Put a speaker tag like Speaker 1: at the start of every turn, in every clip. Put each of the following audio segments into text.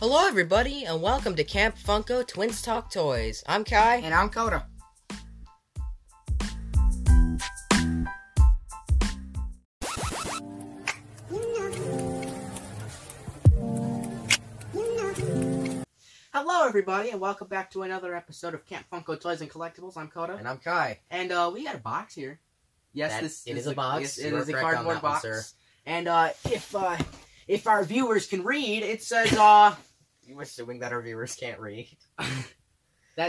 Speaker 1: Hello, everybody, and welcome to Camp Funko Twins Talk Toys. I'm Kai.
Speaker 2: And I'm Coda. Hello, everybody, and welcome back to another episode of Camp Funko Toys and Collectibles. I'm Coda,
Speaker 1: And I'm Kai.
Speaker 2: and uh, we got a box here. Yes,
Speaker 1: That-
Speaker 2: this
Speaker 1: it
Speaker 2: this
Speaker 1: is a box.
Speaker 2: Yes,
Speaker 1: You
Speaker 2: it
Speaker 1: are
Speaker 2: is a
Speaker 1: correct on
Speaker 2: cardboard
Speaker 1: that one,
Speaker 2: box.
Speaker 1: sir.
Speaker 2: And uh, if uh, if our viewers can read, it says uh,
Speaker 1: You assuming that our viewers can't read?
Speaker 2: that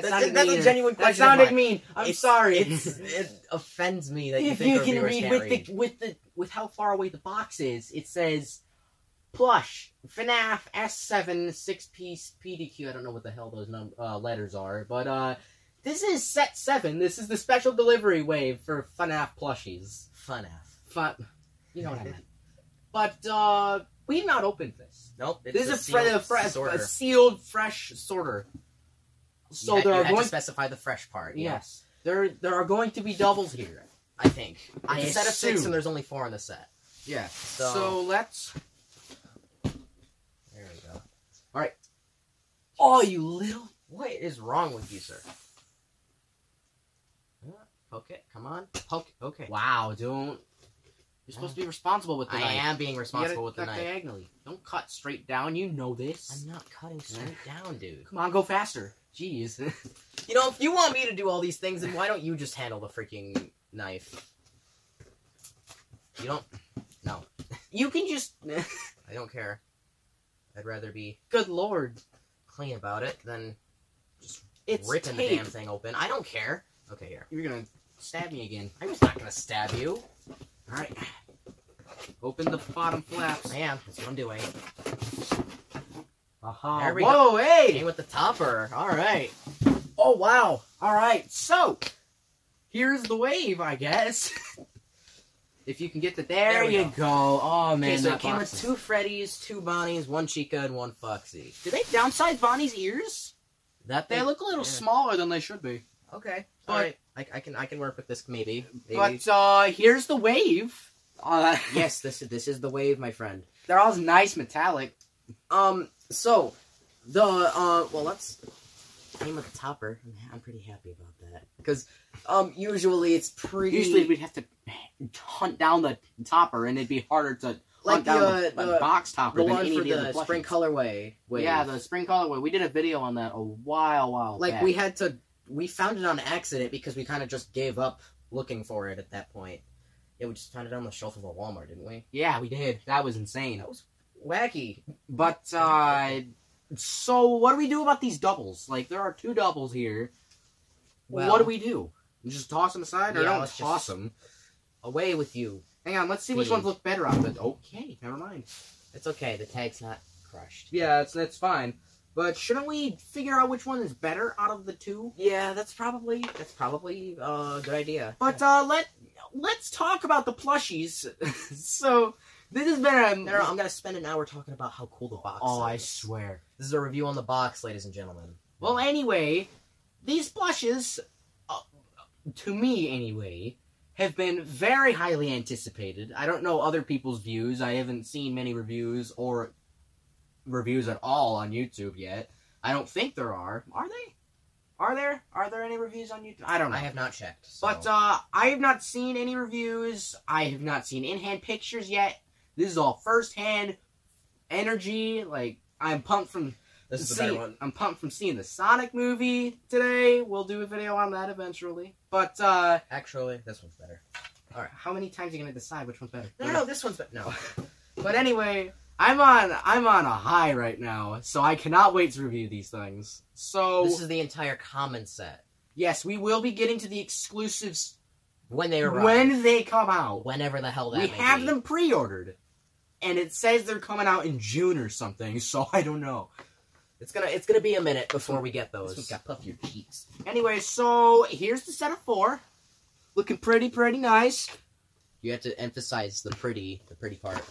Speaker 1: That's-
Speaker 2: sounded
Speaker 1: that's a
Speaker 2: mean.
Speaker 1: genuine
Speaker 2: That
Speaker 1: question of
Speaker 2: sounded
Speaker 1: mine.
Speaker 2: mean. I'm
Speaker 1: It's-
Speaker 2: sorry.
Speaker 1: It's, it offends me that you
Speaker 2: if
Speaker 1: think
Speaker 2: you
Speaker 1: our
Speaker 2: can
Speaker 1: viewers
Speaker 2: read
Speaker 1: can't
Speaker 2: with
Speaker 1: read.
Speaker 2: the with the with how far away the box is, it says plush FNAF S7 six piece PDQ. I don't know what the hell those num- uh, letters are, but uh, this is set seven. This is the special delivery wave for FNAF plushies.
Speaker 1: Fun ass.
Speaker 2: Fun, you know what I meant. But uh, we've not opened this.
Speaker 1: Nope. It's
Speaker 2: this
Speaker 1: a
Speaker 2: is a, fre-
Speaker 1: sealed
Speaker 2: a, fre-
Speaker 1: sorter.
Speaker 2: a sealed fresh sorter. So
Speaker 1: you, ha-
Speaker 2: there
Speaker 1: you
Speaker 2: are
Speaker 1: had
Speaker 2: going
Speaker 1: to specify the fresh part. you know?
Speaker 2: yes there there are going to be doubles here.
Speaker 1: I think. It's a
Speaker 2: I
Speaker 1: set of six,
Speaker 2: assume.
Speaker 1: and there's only four in the set.
Speaker 2: Yeah.
Speaker 1: So,
Speaker 2: so let's
Speaker 1: there we go.
Speaker 2: Oh, you little.
Speaker 1: What is wrong with you, sir? Uh, Poke it. Come on. Poke. Okay.
Speaker 2: Wow, don't. You're supposed to be responsible with the
Speaker 1: I
Speaker 2: knife.
Speaker 1: am being
Speaker 2: You gotta
Speaker 1: responsible with the
Speaker 2: cut
Speaker 1: knife.
Speaker 2: diagonally. Don't cut straight down. You know this.
Speaker 1: I'm not cutting straight down, dude.
Speaker 2: Come on, go faster. Jeez.
Speaker 1: You know, if you want me to do all these things, then why don't you just handle the freaking knife? You don't.
Speaker 2: you can just.
Speaker 1: I don't care. I'd rather be
Speaker 2: Good lord.
Speaker 1: clean about it than
Speaker 2: It's
Speaker 1: ripping the
Speaker 2: tape.
Speaker 1: damn thing open. I don't care. Okay, here.
Speaker 2: You're gonna stab me again.
Speaker 1: I'm just not gonna stab you.
Speaker 2: All right. Open the bottom flaps.
Speaker 1: I am. That's what I'm doing.
Speaker 2: Aha.
Speaker 1: There we
Speaker 2: Oh, Whoa,
Speaker 1: Game
Speaker 2: hey.
Speaker 1: with the topper. All right.
Speaker 2: Oh wow. All right. So here's the wave, I guess. if you can get the there,
Speaker 1: There we
Speaker 2: you
Speaker 1: go.
Speaker 2: go. Oh man.
Speaker 1: okay, so
Speaker 2: that
Speaker 1: it came
Speaker 2: box
Speaker 1: with
Speaker 2: is-
Speaker 1: two Freddies, two Bonnies, one Chica, and one Foxy.
Speaker 2: Did they downsize Bonnie's ears?
Speaker 1: That
Speaker 2: They
Speaker 1: thing-
Speaker 2: look a little
Speaker 1: yeah.
Speaker 2: smaller than they should be.
Speaker 1: Okay.
Speaker 2: But-
Speaker 1: All right. I, I can I can work with this maybe. maybe.
Speaker 2: But uh, here's the wave. Uh,
Speaker 1: yes, this is this is the wave, my friend.
Speaker 2: they're all nice metallic.
Speaker 1: Um, so the uh, well, let's aim at the topper. I'm pretty happy about that because um, usually it's pretty.
Speaker 2: Usually we'd have to hunt down the topper, and it'd be harder to hunt
Speaker 1: like the,
Speaker 2: down
Speaker 1: uh,
Speaker 2: the,
Speaker 1: the,
Speaker 2: box
Speaker 1: the
Speaker 2: topper than
Speaker 1: one
Speaker 2: any
Speaker 1: for
Speaker 2: of the,
Speaker 1: the,
Speaker 2: other plushies.
Speaker 1: spring colorway. Wave.
Speaker 2: Yeah, the spring colorway. We did a video on that a while, while
Speaker 1: like
Speaker 2: back.
Speaker 1: we had to. We found it on accident because we kind of just gave up looking for it at that point. Yeah, we just found it on the shelf of a Walmart, didn't we?
Speaker 2: Yeah, we did. That was insane.
Speaker 1: That was wacky.
Speaker 2: But uh, so what do we do about these doubles? Like there are two doubles here.
Speaker 1: Well-
Speaker 2: what do we do? We just toss them aside, or
Speaker 1: Yeah,
Speaker 2: don't
Speaker 1: let's just-
Speaker 2: toss them?
Speaker 1: Away with you.
Speaker 2: Hang on, let's see which ones look better out of the. Okay, never mind.
Speaker 1: It's okay. The tag's not crushed.
Speaker 2: Yeah, that's that's fine. But shouldn't we figure out which one is better out of the two?
Speaker 1: Yeah, that's probably that's probably uh, a good idea.
Speaker 2: But uh, let let's talk about the plushies. so this has been
Speaker 1: No, no,
Speaker 2: a.
Speaker 1: I'm gonna spend an hour talking about how cool the box
Speaker 2: Oh, I
Speaker 1: is.
Speaker 2: swear.
Speaker 1: This is a review on the box, ladies and gentlemen.
Speaker 2: Well, anyway, these plushes, uh, to me anyway, have been very highly anticipated. I don't know other people's views. I haven't seen many reviews or reviews at all on YouTube yet. I don't think there are. Are they? Are there? Are there any reviews on YouTube? I don't know.
Speaker 1: I have not checked. so-
Speaker 2: But uh, I have not seen any reviews. I have not seen in-hand pictures yet. This is all first-hand energy. Like I'm pumped from
Speaker 1: this is the
Speaker 2: seeing-
Speaker 1: better one.
Speaker 2: I'm pumped from seeing the Sonic movie today. We'll do a video on that eventually. But uh,
Speaker 1: Actually, this one's better.
Speaker 2: how many times are you gonna decide which one's better?
Speaker 1: No, no, this one's better. No.
Speaker 2: But anyway, I'm on I'm on a high right now, so I cannot wait to review these things. So
Speaker 1: This is the entire common set.
Speaker 2: yes, we will be getting to the exclusives
Speaker 1: When they arrive.
Speaker 2: when they come out.
Speaker 1: Whenever the hell that
Speaker 2: we
Speaker 1: may
Speaker 2: have
Speaker 1: be.
Speaker 2: them pre-ordered and it says they're coming out in june or something so i don't know
Speaker 1: It's gonna it's gonna be a minute before we get those.
Speaker 2: This one's got
Speaker 1: puff your cheeks.
Speaker 2: anyway so here's the set of four looking pretty pretty nice
Speaker 1: You have to emphasize the pretty the pretty part.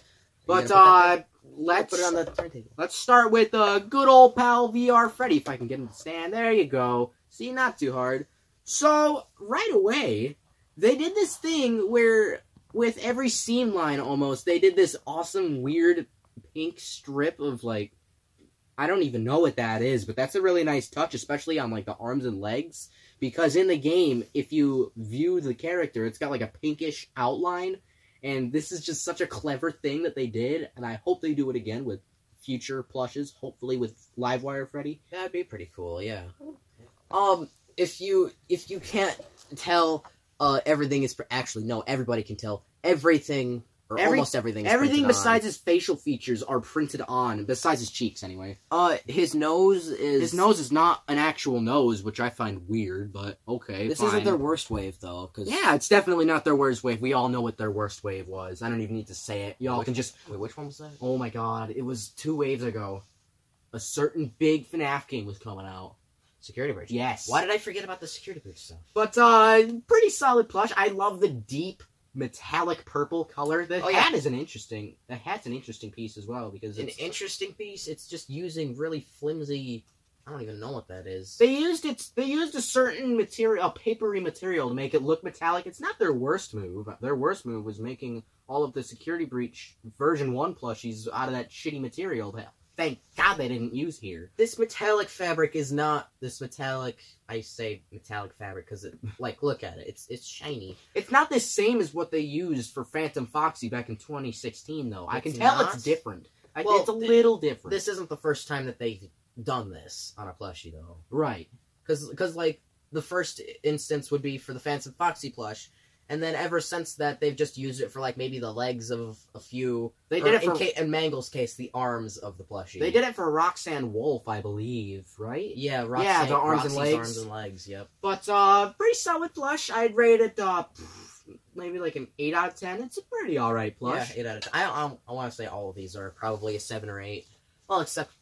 Speaker 2: But
Speaker 1: gonna
Speaker 2: uh, let's
Speaker 1: put that there? Put it on the turntable.
Speaker 2: Let's start with uh, good old pal VR Freddy, if I can get him to stand. There you go. See, not too hard. So, right away, they did this thing where, with every seam line almost, they did this awesome, weird pink strip of like, I don't even know what that is, but that's a really nice touch, especially on like the arms and legs. Because in the game, if you view the character, it's got like a pinkish outline. And this is just such a clever thing that they did, and I hope they do it again with future plushes, hopefully with Livewire Freddy.
Speaker 1: That'd be pretty cool, yeah. Um, if you if you can't tell, uh, everything is pr- actually no, everybody can tell everything or
Speaker 2: Every-
Speaker 1: almost everything. Is
Speaker 2: Everything
Speaker 1: printed
Speaker 2: besides
Speaker 1: on.
Speaker 2: his facial features are printed on, besides his cheeks anyway.
Speaker 1: uh, his nose is
Speaker 2: His nose is not an actual nose, which I find weird, but okay.
Speaker 1: This
Speaker 2: fine.
Speaker 1: isn't their worst wave though, because
Speaker 2: Yeah, it's definitely not their worst wave. We all know what their worst wave was. I don't even need to say it. Y'all
Speaker 1: Which-
Speaker 2: can just
Speaker 1: Wait, which one was that?
Speaker 2: Oh my god, it was two waves ago. A certain big FNAF game was coming out.
Speaker 1: Security breach.
Speaker 2: Yes.
Speaker 1: Why did I forget about the security breach stuff?
Speaker 2: But uh pretty solid plush. I love the deep metallic purple color. The
Speaker 1: Oh, yeah.
Speaker 2: hat is an interesting the hat's an interesting piece as well because
Speaker 1: An
Speaker 2: it's,
Speaker 1: interesting piece. It's just using really flimsy. I don't even know what that is.
Speaker 2: they used it's they used a certain material a papery material to make it look metallic. It's not their worst move. Their worst move was making all of the security breach version one plushies out of that shitty material that thank God they didn't use here.
Speaker 1: This metallic fabric is not this metallic. I say metallic fabric because it like look at it. It's it's shiny.
Speaker 2: It's not the same as what they used for Phantom Foxy back in twenty sixteen though. I can
Speaker 1: It's
Speaker 2: tell
Speaker 1: not?
Speaker 2: it's different. I,
Speaker 1: Well,
Speaker 2: it's a
Speaker 1: th-
Speaker 2: little different.
Speaker 1: This isn't the first time that they've done this on a plushie though.
Speaker 2: right.
Speaker 1: Because because like the first instance would be for the Phantom Foxy plush. And then ever since that, they've just used it for like maybe the legs of a few.
Speaker 2: They
Speaker 1: or
Speaker 2: did it
Speaker 1: in,
Speaker 2: for
Speaker 1: ca- in Mangle's case, the arms of the plushie.
Speaker 2: they did it for Roxanne Wolf, I believe, right?
Speaker 1: Yeah, Roxy,
Speaker 2: Yeah, the arms and
Speaker 1: Roxy's
Speaker 2: legs.
Speaker 1: arms and legs. Yep.
Speaker 2: But uh pretty solid plush. I'd rate it uh pff, maybe like an eight out of ten. It's a pretty alright plush.
Speaker 1: Yeah, eight out of ten. I I, I want to say all of these are probably a seven or eight. Well, except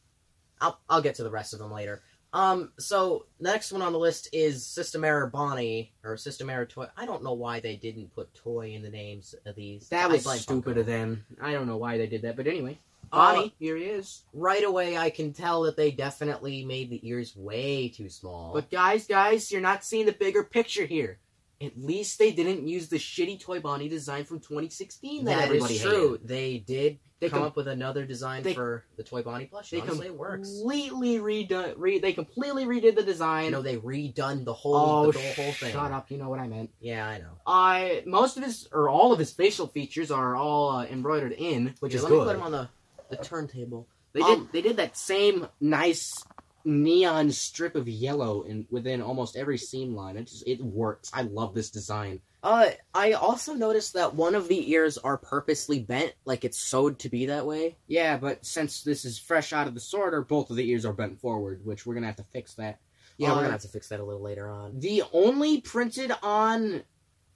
Speaker 1: I'll I'll get to the rest of them later. Um, so the next one on the list is System Error Bonnie or System Error Toy. I don't know why they didn't put toy in the names of these.
Speaker 2: That
Speaker 1: I
Speaker 2: was
Speaker 1: blame
Speaker 2: stupid
Speaker 1: Funko.
Speaker 2: of them. I don't know why they did that, but anyway.
Speaker 1: Uh,
Speaker 2: Bonnie, here he is.
Speaker 1: right away, I can tell that they definitely made the ears way too small.
Speaker 2: But guys, guys, you're not seeing the bigger picture here. At least they didn't use the shitty toy Bonnie design from 2016 that,
Speaker 1: that
Speaker 2: everybody
Speaker 1: is true.
Speaker 2: hated.
Speaker 1: They did
Speaker 2: They
Speaker 1: come
Speaker 2: com-
Speaker 1: up with another design
Speaker 2: they-
Speaker 1: for the Toy Bonnie plush.
Speaker 2: they
Speaker 1: Honestly, it works.
Speaker 2: Completely redone. Re- they completely redid the
Speaker 1: I
Speaker 2: design.
Speaker 1: know they redone the whole
Speaker 2: oh,
Speaker 1: the whole, whole thing.
Speaker 2: shut up! You know what I meant.
Speaker 1: Yeah, I know.
Speaker 2: I most of his or all of his facial features are all uh, embroidered in, which
Speaker 1: Here,
Speaker 2: is
Speaker 1: let
Speaker 2: good.
Speaker 1: me put him on the, the turntable.
Speaker 2: they
Speaker 1: um,
Speaker 2: did they did that same nice neon strip of yellow in within almost every seam line. It just it works. I love this design.
Speaker 1: Uh, I also noticed that one of the ears are purposely bent, like it's sewed to be that way.
Speaker 2: Yeah, but since this is fresh out of the sorter, both of the ears are bent forward, which we're gonna have to fix that.
Speaker 1: Yeah,
Speaker 2: Uh,
Speaker 1: we're gonna have to fix that a little later on.
Speaker 2: The only printed on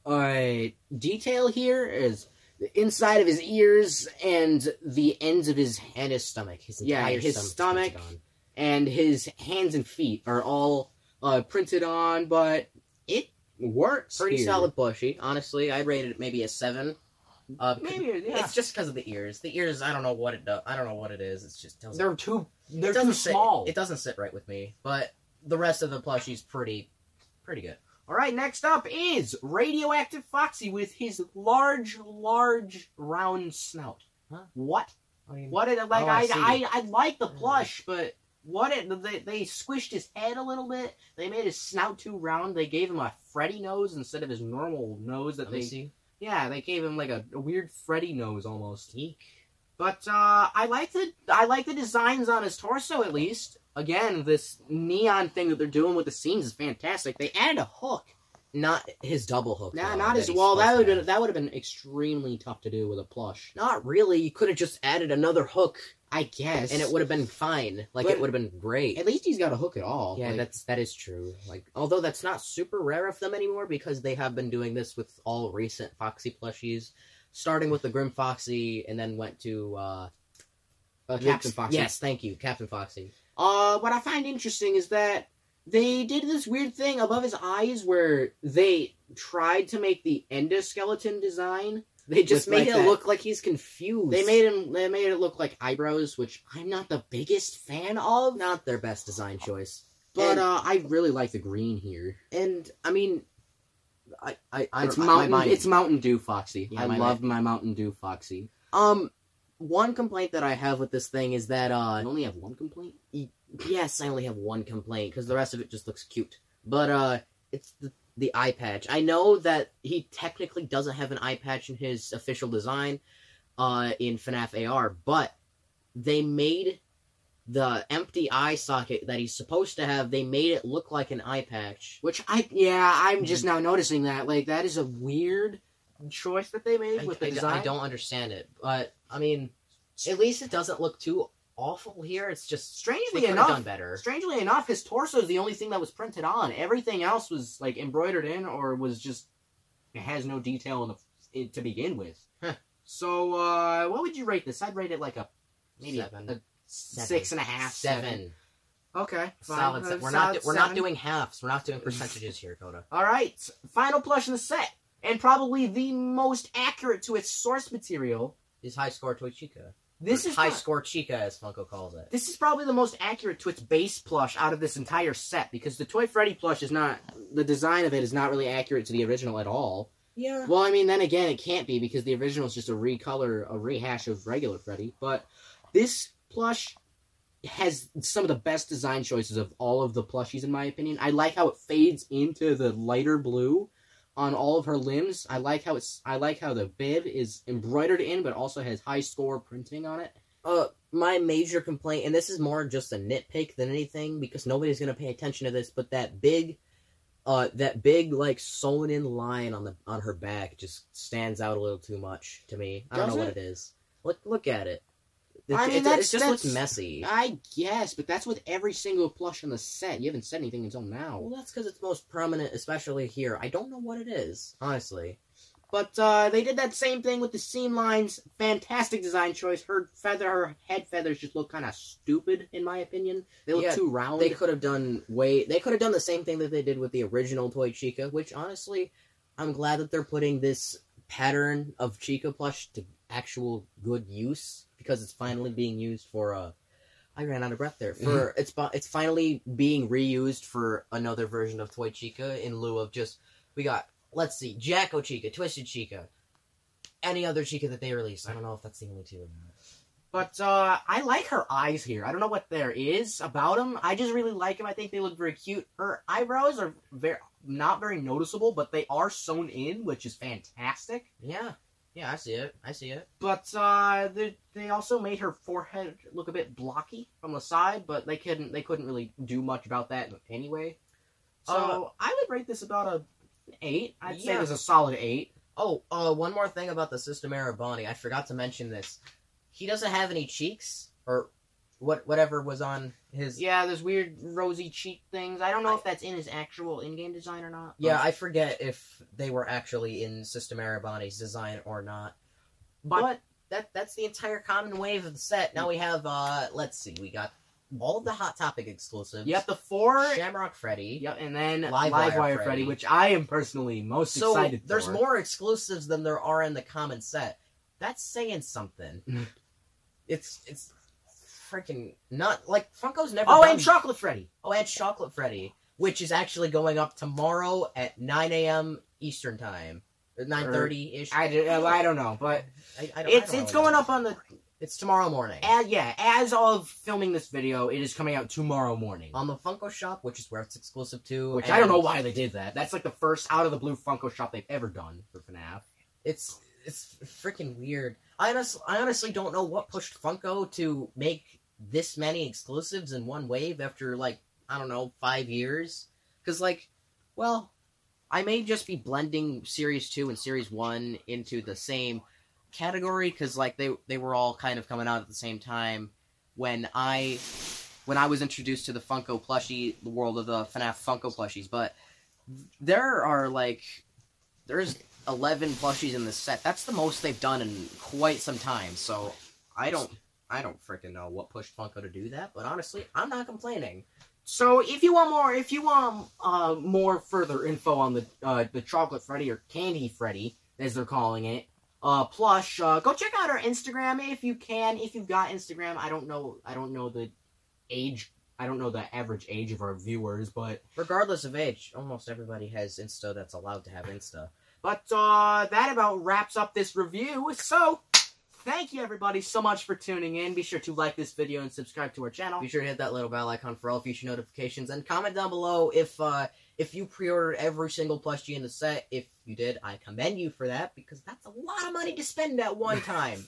Speaker 2: uh, detail here is the inside of his ears and the ends of his
Speaker 1: And his stomach, his
Speaker 2: Yeah,
Speaker 1: entire
Speaker 2: his
Speaker 1: stomach's
Speaker 2: stomach.
Speaker 1: printed on.
Speaker 2: and his hands and feet are all uh, printed on, but it works.
Speaker 1: Pretty
Speaker 2: here.
Speaker 1: solid bushy, honestly. I rated it maybe a seven. Uh, 'cause-
Speaker 2: Maybe yeah.
Speaker 1: It's just because of the ears. The ears, I don't know what it does. I don't know what it is. It's just doesn't.
Speaker 2: they're too
Speaker 1: it
Speaker 2: they're
Speaker 1: doesn't
Speaker 2: too
Speaker 1: sit-
Speaker 2: small.
Speaker 1: It doesn't sit right with me. But the rest of the plushie's pretty, pretty good.
Speaker 2: All right, next up is radioactive Foxy with his large, large round snout.
Speaker 1: Huh?
Speaker 2: What? What it like?
Speaker 1: Oh, I
Speaker 2: I,
Speaker 1: see. Mm.
Speaker 2: I, I like the plush, but what it they, they squished his head a little bit. They made his snout too round. They gave him a Freddy nose instead of his normal nose that
Speaker 1: Let me
Speaker 2: they.
Speaker 1: see.
Speaker 2: Yeah, they gave him like a, a weird Freddy nose almost.
Speaker 1: Eek.
Speaker 2: But uh, I like the I like the designs on his torso at least. Again, this neon thing that they're doing with the seams is fantastic. They added a hook.
Speaker 1: Not his double hook.
Speaker 2: Nah, not
Speaker 1: though, Oh, that
Speaker 2: as
Speaker 1: he's
Speaker 2: well. That would
Speaker 1: supposed to
Speaker 2: have been that would have been extremely tough to do with a plush.
Speaker 1: Not really. You could have just added another hook,
Speaker 2: I guess.
Speaker 1: and it would have been fine. Like
Speaker 2: But-
Speaker 1: it would have been great.
Speaker 2: At least he's got a hook at all.
Speaker 1: yeah,
Speaker 2: Like,
Speaker 1: that's that is true. Like although that's not super rare of them anymore because they have been doing this with all recent Foxy plushies, starting with the Grim Foxy, and then went to uh,
Speaker 2: uh,
Speaker 1: Luke-
Speaker 2: Captain Foxy.
Speaker 1: Yes, thank you, Captain Foxy.
Speaker 2: Uh, what I find interesting is that they did this weird thing above his eyes where they tried to make the endoskeleton design, They just
Speaker 1: With,
Speaker 2: made
Speaker 1: like,
Speaker 2: it
Speaker 1: that-
Speaker 2: look like he's confused.
Speaker 1: They made him. They made it look like eyebrows, which I'm not the biggest fan of. Not their best design choice,
Speaker 2: but
Speaker 1: but uh,
Speaker 2: uh, I really like the green here.
Speaker 1: and I mean, I I, I
Speaker 2: it's
Speaker 1: don't- my
Speaker 2: Mountain.
Speaker 1: mind-
Speaker 2: It's Mountain Dew Foxy.
Speaker 1: Yeah,
Speaker 2: I
Speaker 1: my
Speaker 2: love my Mountain Dew Foxy.
Speaker 1: um one complaint that I have with this thing is that
Speaker 2: I
Speaker 1: uh
Speaker 2: only have one complaint.
Speaker 1: yes I only have one complaint because the rest of it just looks cute, but uh it's the the eye patch. I know that he technically doesn't have an eye patch in his official design, uh in FNAF AR, but they made the empty eye socket that he's supposed to have. They made it look like an eye patch.
Speaker 2: Which I yeah, I'm
Speaker 1: Mm.
Speaker 2: just now noticing that. Like that is a weird choice that they made
Speaker 1: I,
Speaker 2: with the
Speaker 1: I-
Speaker 2: design.
Speaker 1: I don't understand it, but I mean, at least it doesn't look too awful here. It's just they
Speaker 2: Strangely
Speaker 1: could have
Speaker 2: enough,
Speaker 1: done better.
Speaker 2: strangely enough, his torso is the only thing that was printed on. Everything else was like embroidered in or was just it has no detail in the it, to begin with.
Speaker 1: Huh.
Speaker 2: So uh what would you rate this? I'd rate it like a maybe
Speaker 1: Seven.
Speaker 2: a
Speaker 1: Seven.
Speaker 2: six and a half,
Speaker 1: seven.
Speaker 2: seven. Okay, fine.
Speaker 1: Solid.
Speaker 2: Uh,
Speaker 1: se- We're
Speaker 2: solid
Speaker 1: not. We're
Speaker 2: seven.
Speaker 1: not doing halves. We're not doing percentages here, Coda.
Speaker 2: All right, final plush in the set, and probably the most accurate to its source material.
Speaker 1: Is high score Toy Chica.
Speaker 2: This
Speaker 1: Or
Speaker 2: is
Speaker 1: high
Speaker 2: pro-
Speaker 1: score Chica, as Funko calls it.
Speaker 2: this is probably the most accurate to its base plush out of this entire set because the Toy Freddy plush is not the design of it is not really accurate to the original at all.
Speaker 1: Yeah.
Speaker 2: Well, I mean, then again, it can't be because the original is just a recolor, a rehash of regular Freddy. But this plush has some of the best design choices of all of the plushies, in my opinion. I like how it fades into the lighter blue on all of her limbs. I like how it's, I like how the bib is embroidered in, but also has high score printing on it.
Speaker 1: Uh, my major complaint, and this is more just a nitpick than anything, because nobody's gonna pay attention to this, but that big, uh, that big like sewn in line on the on her back just stands out a little too much to me. I don't
Speaker 2: Does
Speaker 1: know
Speaker 2: it?
Speaker 1: what it is. Look, look at it. It,
Speaker 2: I mean,
Speaker 1: it,
Speaker 2: that's-
Speaker 1: it just looks
Speaker 2: that's-
Speaker 1: messy.
Speaker 2: I guess, but that's with every single plush on the set. You haven't said anything until now.
Speaker 1: Well, that's because it's most prominent, especially here. I don't know what it is, honestly.
Speaker 2: But uh, they did that same thing with the seam lines. Fantastic design choice. Her feather, her head feathers just look kind of stupid, in my opinion. They look
Speaker 1: Yeah,
Speaker 2: too round.
Speaker 1: They could have done way. They could have done the same thing that they did with the original Toy Chica, which honestly, I'm glad that they're putting this pattern of Chica plush to actual good use because it's finally being used for a. I ran out of breath there. For it's fi- it's finally being reused for another version of Toy Chica in lieu of just we got let's see Jacko Chica, Twisted Chica, any other Chica that they release. I don't know if that's the only two. Or not.
Speaker 2: But uh, I like her eyes here. I don't know what there is about them. I just really like them. I think they look very cute. Her eyebrows are very not very noticeable, but they are sewn in, which is fantastic.
Speaker 1: Yeah, yeah, I see it. I see it.
Speaker 2: But uh, they, they also made her forehead look a bit blocky from the side, but they couldn't they couldn't really do much about that anyway. So I would rate this about a eight. I'd say
Speaker 1: Uh, Yeah.
Speaker 2: it was a solid eight.
Speaker 1: Oh, uh, one more thing about the System Error Bonnie. I forgot to mention this. He doesn't have any cheeks or what whatever was on his. Yeah,
Speaker 2: Yeah, there's weird rosy cheek things. I don't know if that's in his actual in-game design or not. but-
Speaker 1: I forget if they were actually in System Error Bonnie's design or not.
Speaker 2: but,
Speaker 1: But that that's the entire common wave of the set. Now we have uh, let's see, we got all of the Hot Topic exclusives.
Speaker 2: yep, the four.
Speaker 1: Shamrock Freddy.
Speaker 2: Yep, and then
Speaker 1: Livewire
Speaker 2: Livewire Freddy,
Speaker 1: Freddy.
Speaker 2: which I am personally most
Speaker 1: So
Speaker 2: excited.
Speaker 1: there's
Speaker 2: for.
Speaker 1: more exclusives than there are in the common set. That's saying something. it's it's freaking not like Funko's never.
Speaker 2: Oh,
Speaker 1: done
Speaker 2: and Chocolate Freddy.
Speaker 1: Oh, and Chocolate Freddy, which is actually going up tomorrow at 9 a.m. Eastern Time. 9.30 ish.
Speaker 2: Er, I, d- I don't know, but it's it's going up on the
Speaker 1: It's tomorrow morning.
Speaker 2: As, yeah, as of filming this video, it is coming out tomorrow morning.
Speaker 1: on the Funko Shop, which is where it's exclusive to.
Speaker 2: Which I don't
Speaker 1: Um, and
Speaker 2: know why they did that. That's like the first out of the blue Funko shop they've ever done for FNAF.
Speaker 1: It's it's freaking weird. I honestly, I honestly don't know what pushed Funko to make this many exclusives in one wave after, like, I don't know, five years. Because, like, well, I may just be blending Series 2 and Series 1 into the same category because, like, they, they were all kind of coming out at the same time when I. When I was introduced to the Funko plushie, the world of the FNAF Funko plushies, but there are like, there's 11 plushies in this set. That's the most they've done in quite some time. So I don't, I don't freaking know what pushed Funko to do that. But honestly, I'm not complaining.
Speaker 2: So if you want more, if you want uh, more further info on the uh, the Chocolate Freddy or Candy Freddy, as they're calling it, uh, plush. Uh, go check out our Instagram if you can. If you've got Instagram, I don't know. I don't know the age. I don't know the average age of our viewers, but
Speaker 1: Regardless of age, almost everybody has Insta that's allowed to have Insta.
Speaker 2: but uh, that about wraps up this review. So, thank you everybody so much for tuning in. Be sure to like this video and subscribe to our channel.
Speaker 1: Be sure to hit that little bell icon for all future notifications and comment down below if uh if you pre-ordered every single plushie in the set. If you did, I commend you for that because that's a lot of money to spend at one time.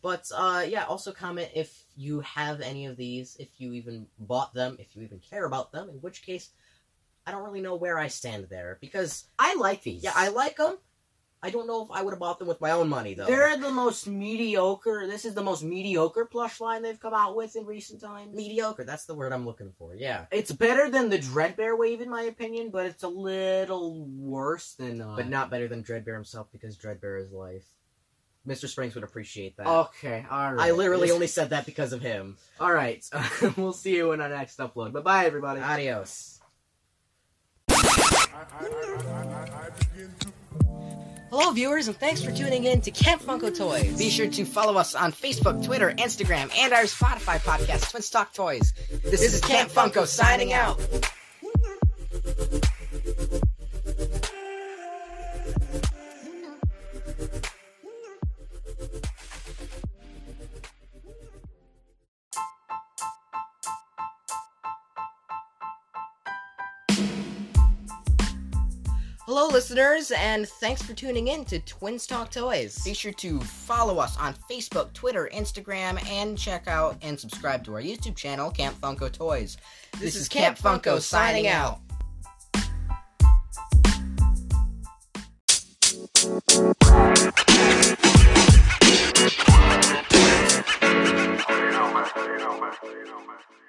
Speaker 1: but uh yeah, also comment if you have any of these, if you even bought them, if you even care about them, in which case I don't really know where I stand there because
Speaker 2: I like these.
Speaker 1: yeah, I like them. I don't know if I would have bought them with my own money though.
Speaker 2: They're the most mediocre. This is the most mediocre plush line they've come out with in recent times.
Speaker 1: mediocre, that's the word I'm looking for. Yeah.
Speaker 2: It's better than the Dreadbear wave, in my opinion, but it's a little worse than. Uh,
Speaker 1: but not better than Dreadbear himself because Dreadbear is life. Mr. Springs would appreciate that.
Speaker 2: Okay, all right.
Speaker 1: I literally only said that because of him.
Speaker 2: All right, we'll see you in our next upload. Bye bye, everybody.
Speaker 1: Adios. Hello, viewers, and thanks for tuning in to Camp Funko Toys. Be sure to follow us on Facebook, Twitter, Instagram, and our Spotify podcast, Twin Stock Toys. This, is Camp Funko signing out. Hello, listeners, and thanks for tuning in to Twin Stock Toys. Be sure to follow us on Facebook, Twitter, Instagram, and check out and subscribe to our YouTube channel, Camp Funko Toys. This, is, Camp Funko, signing out.
Speaker 3: You know, man. You know, man. You know, man.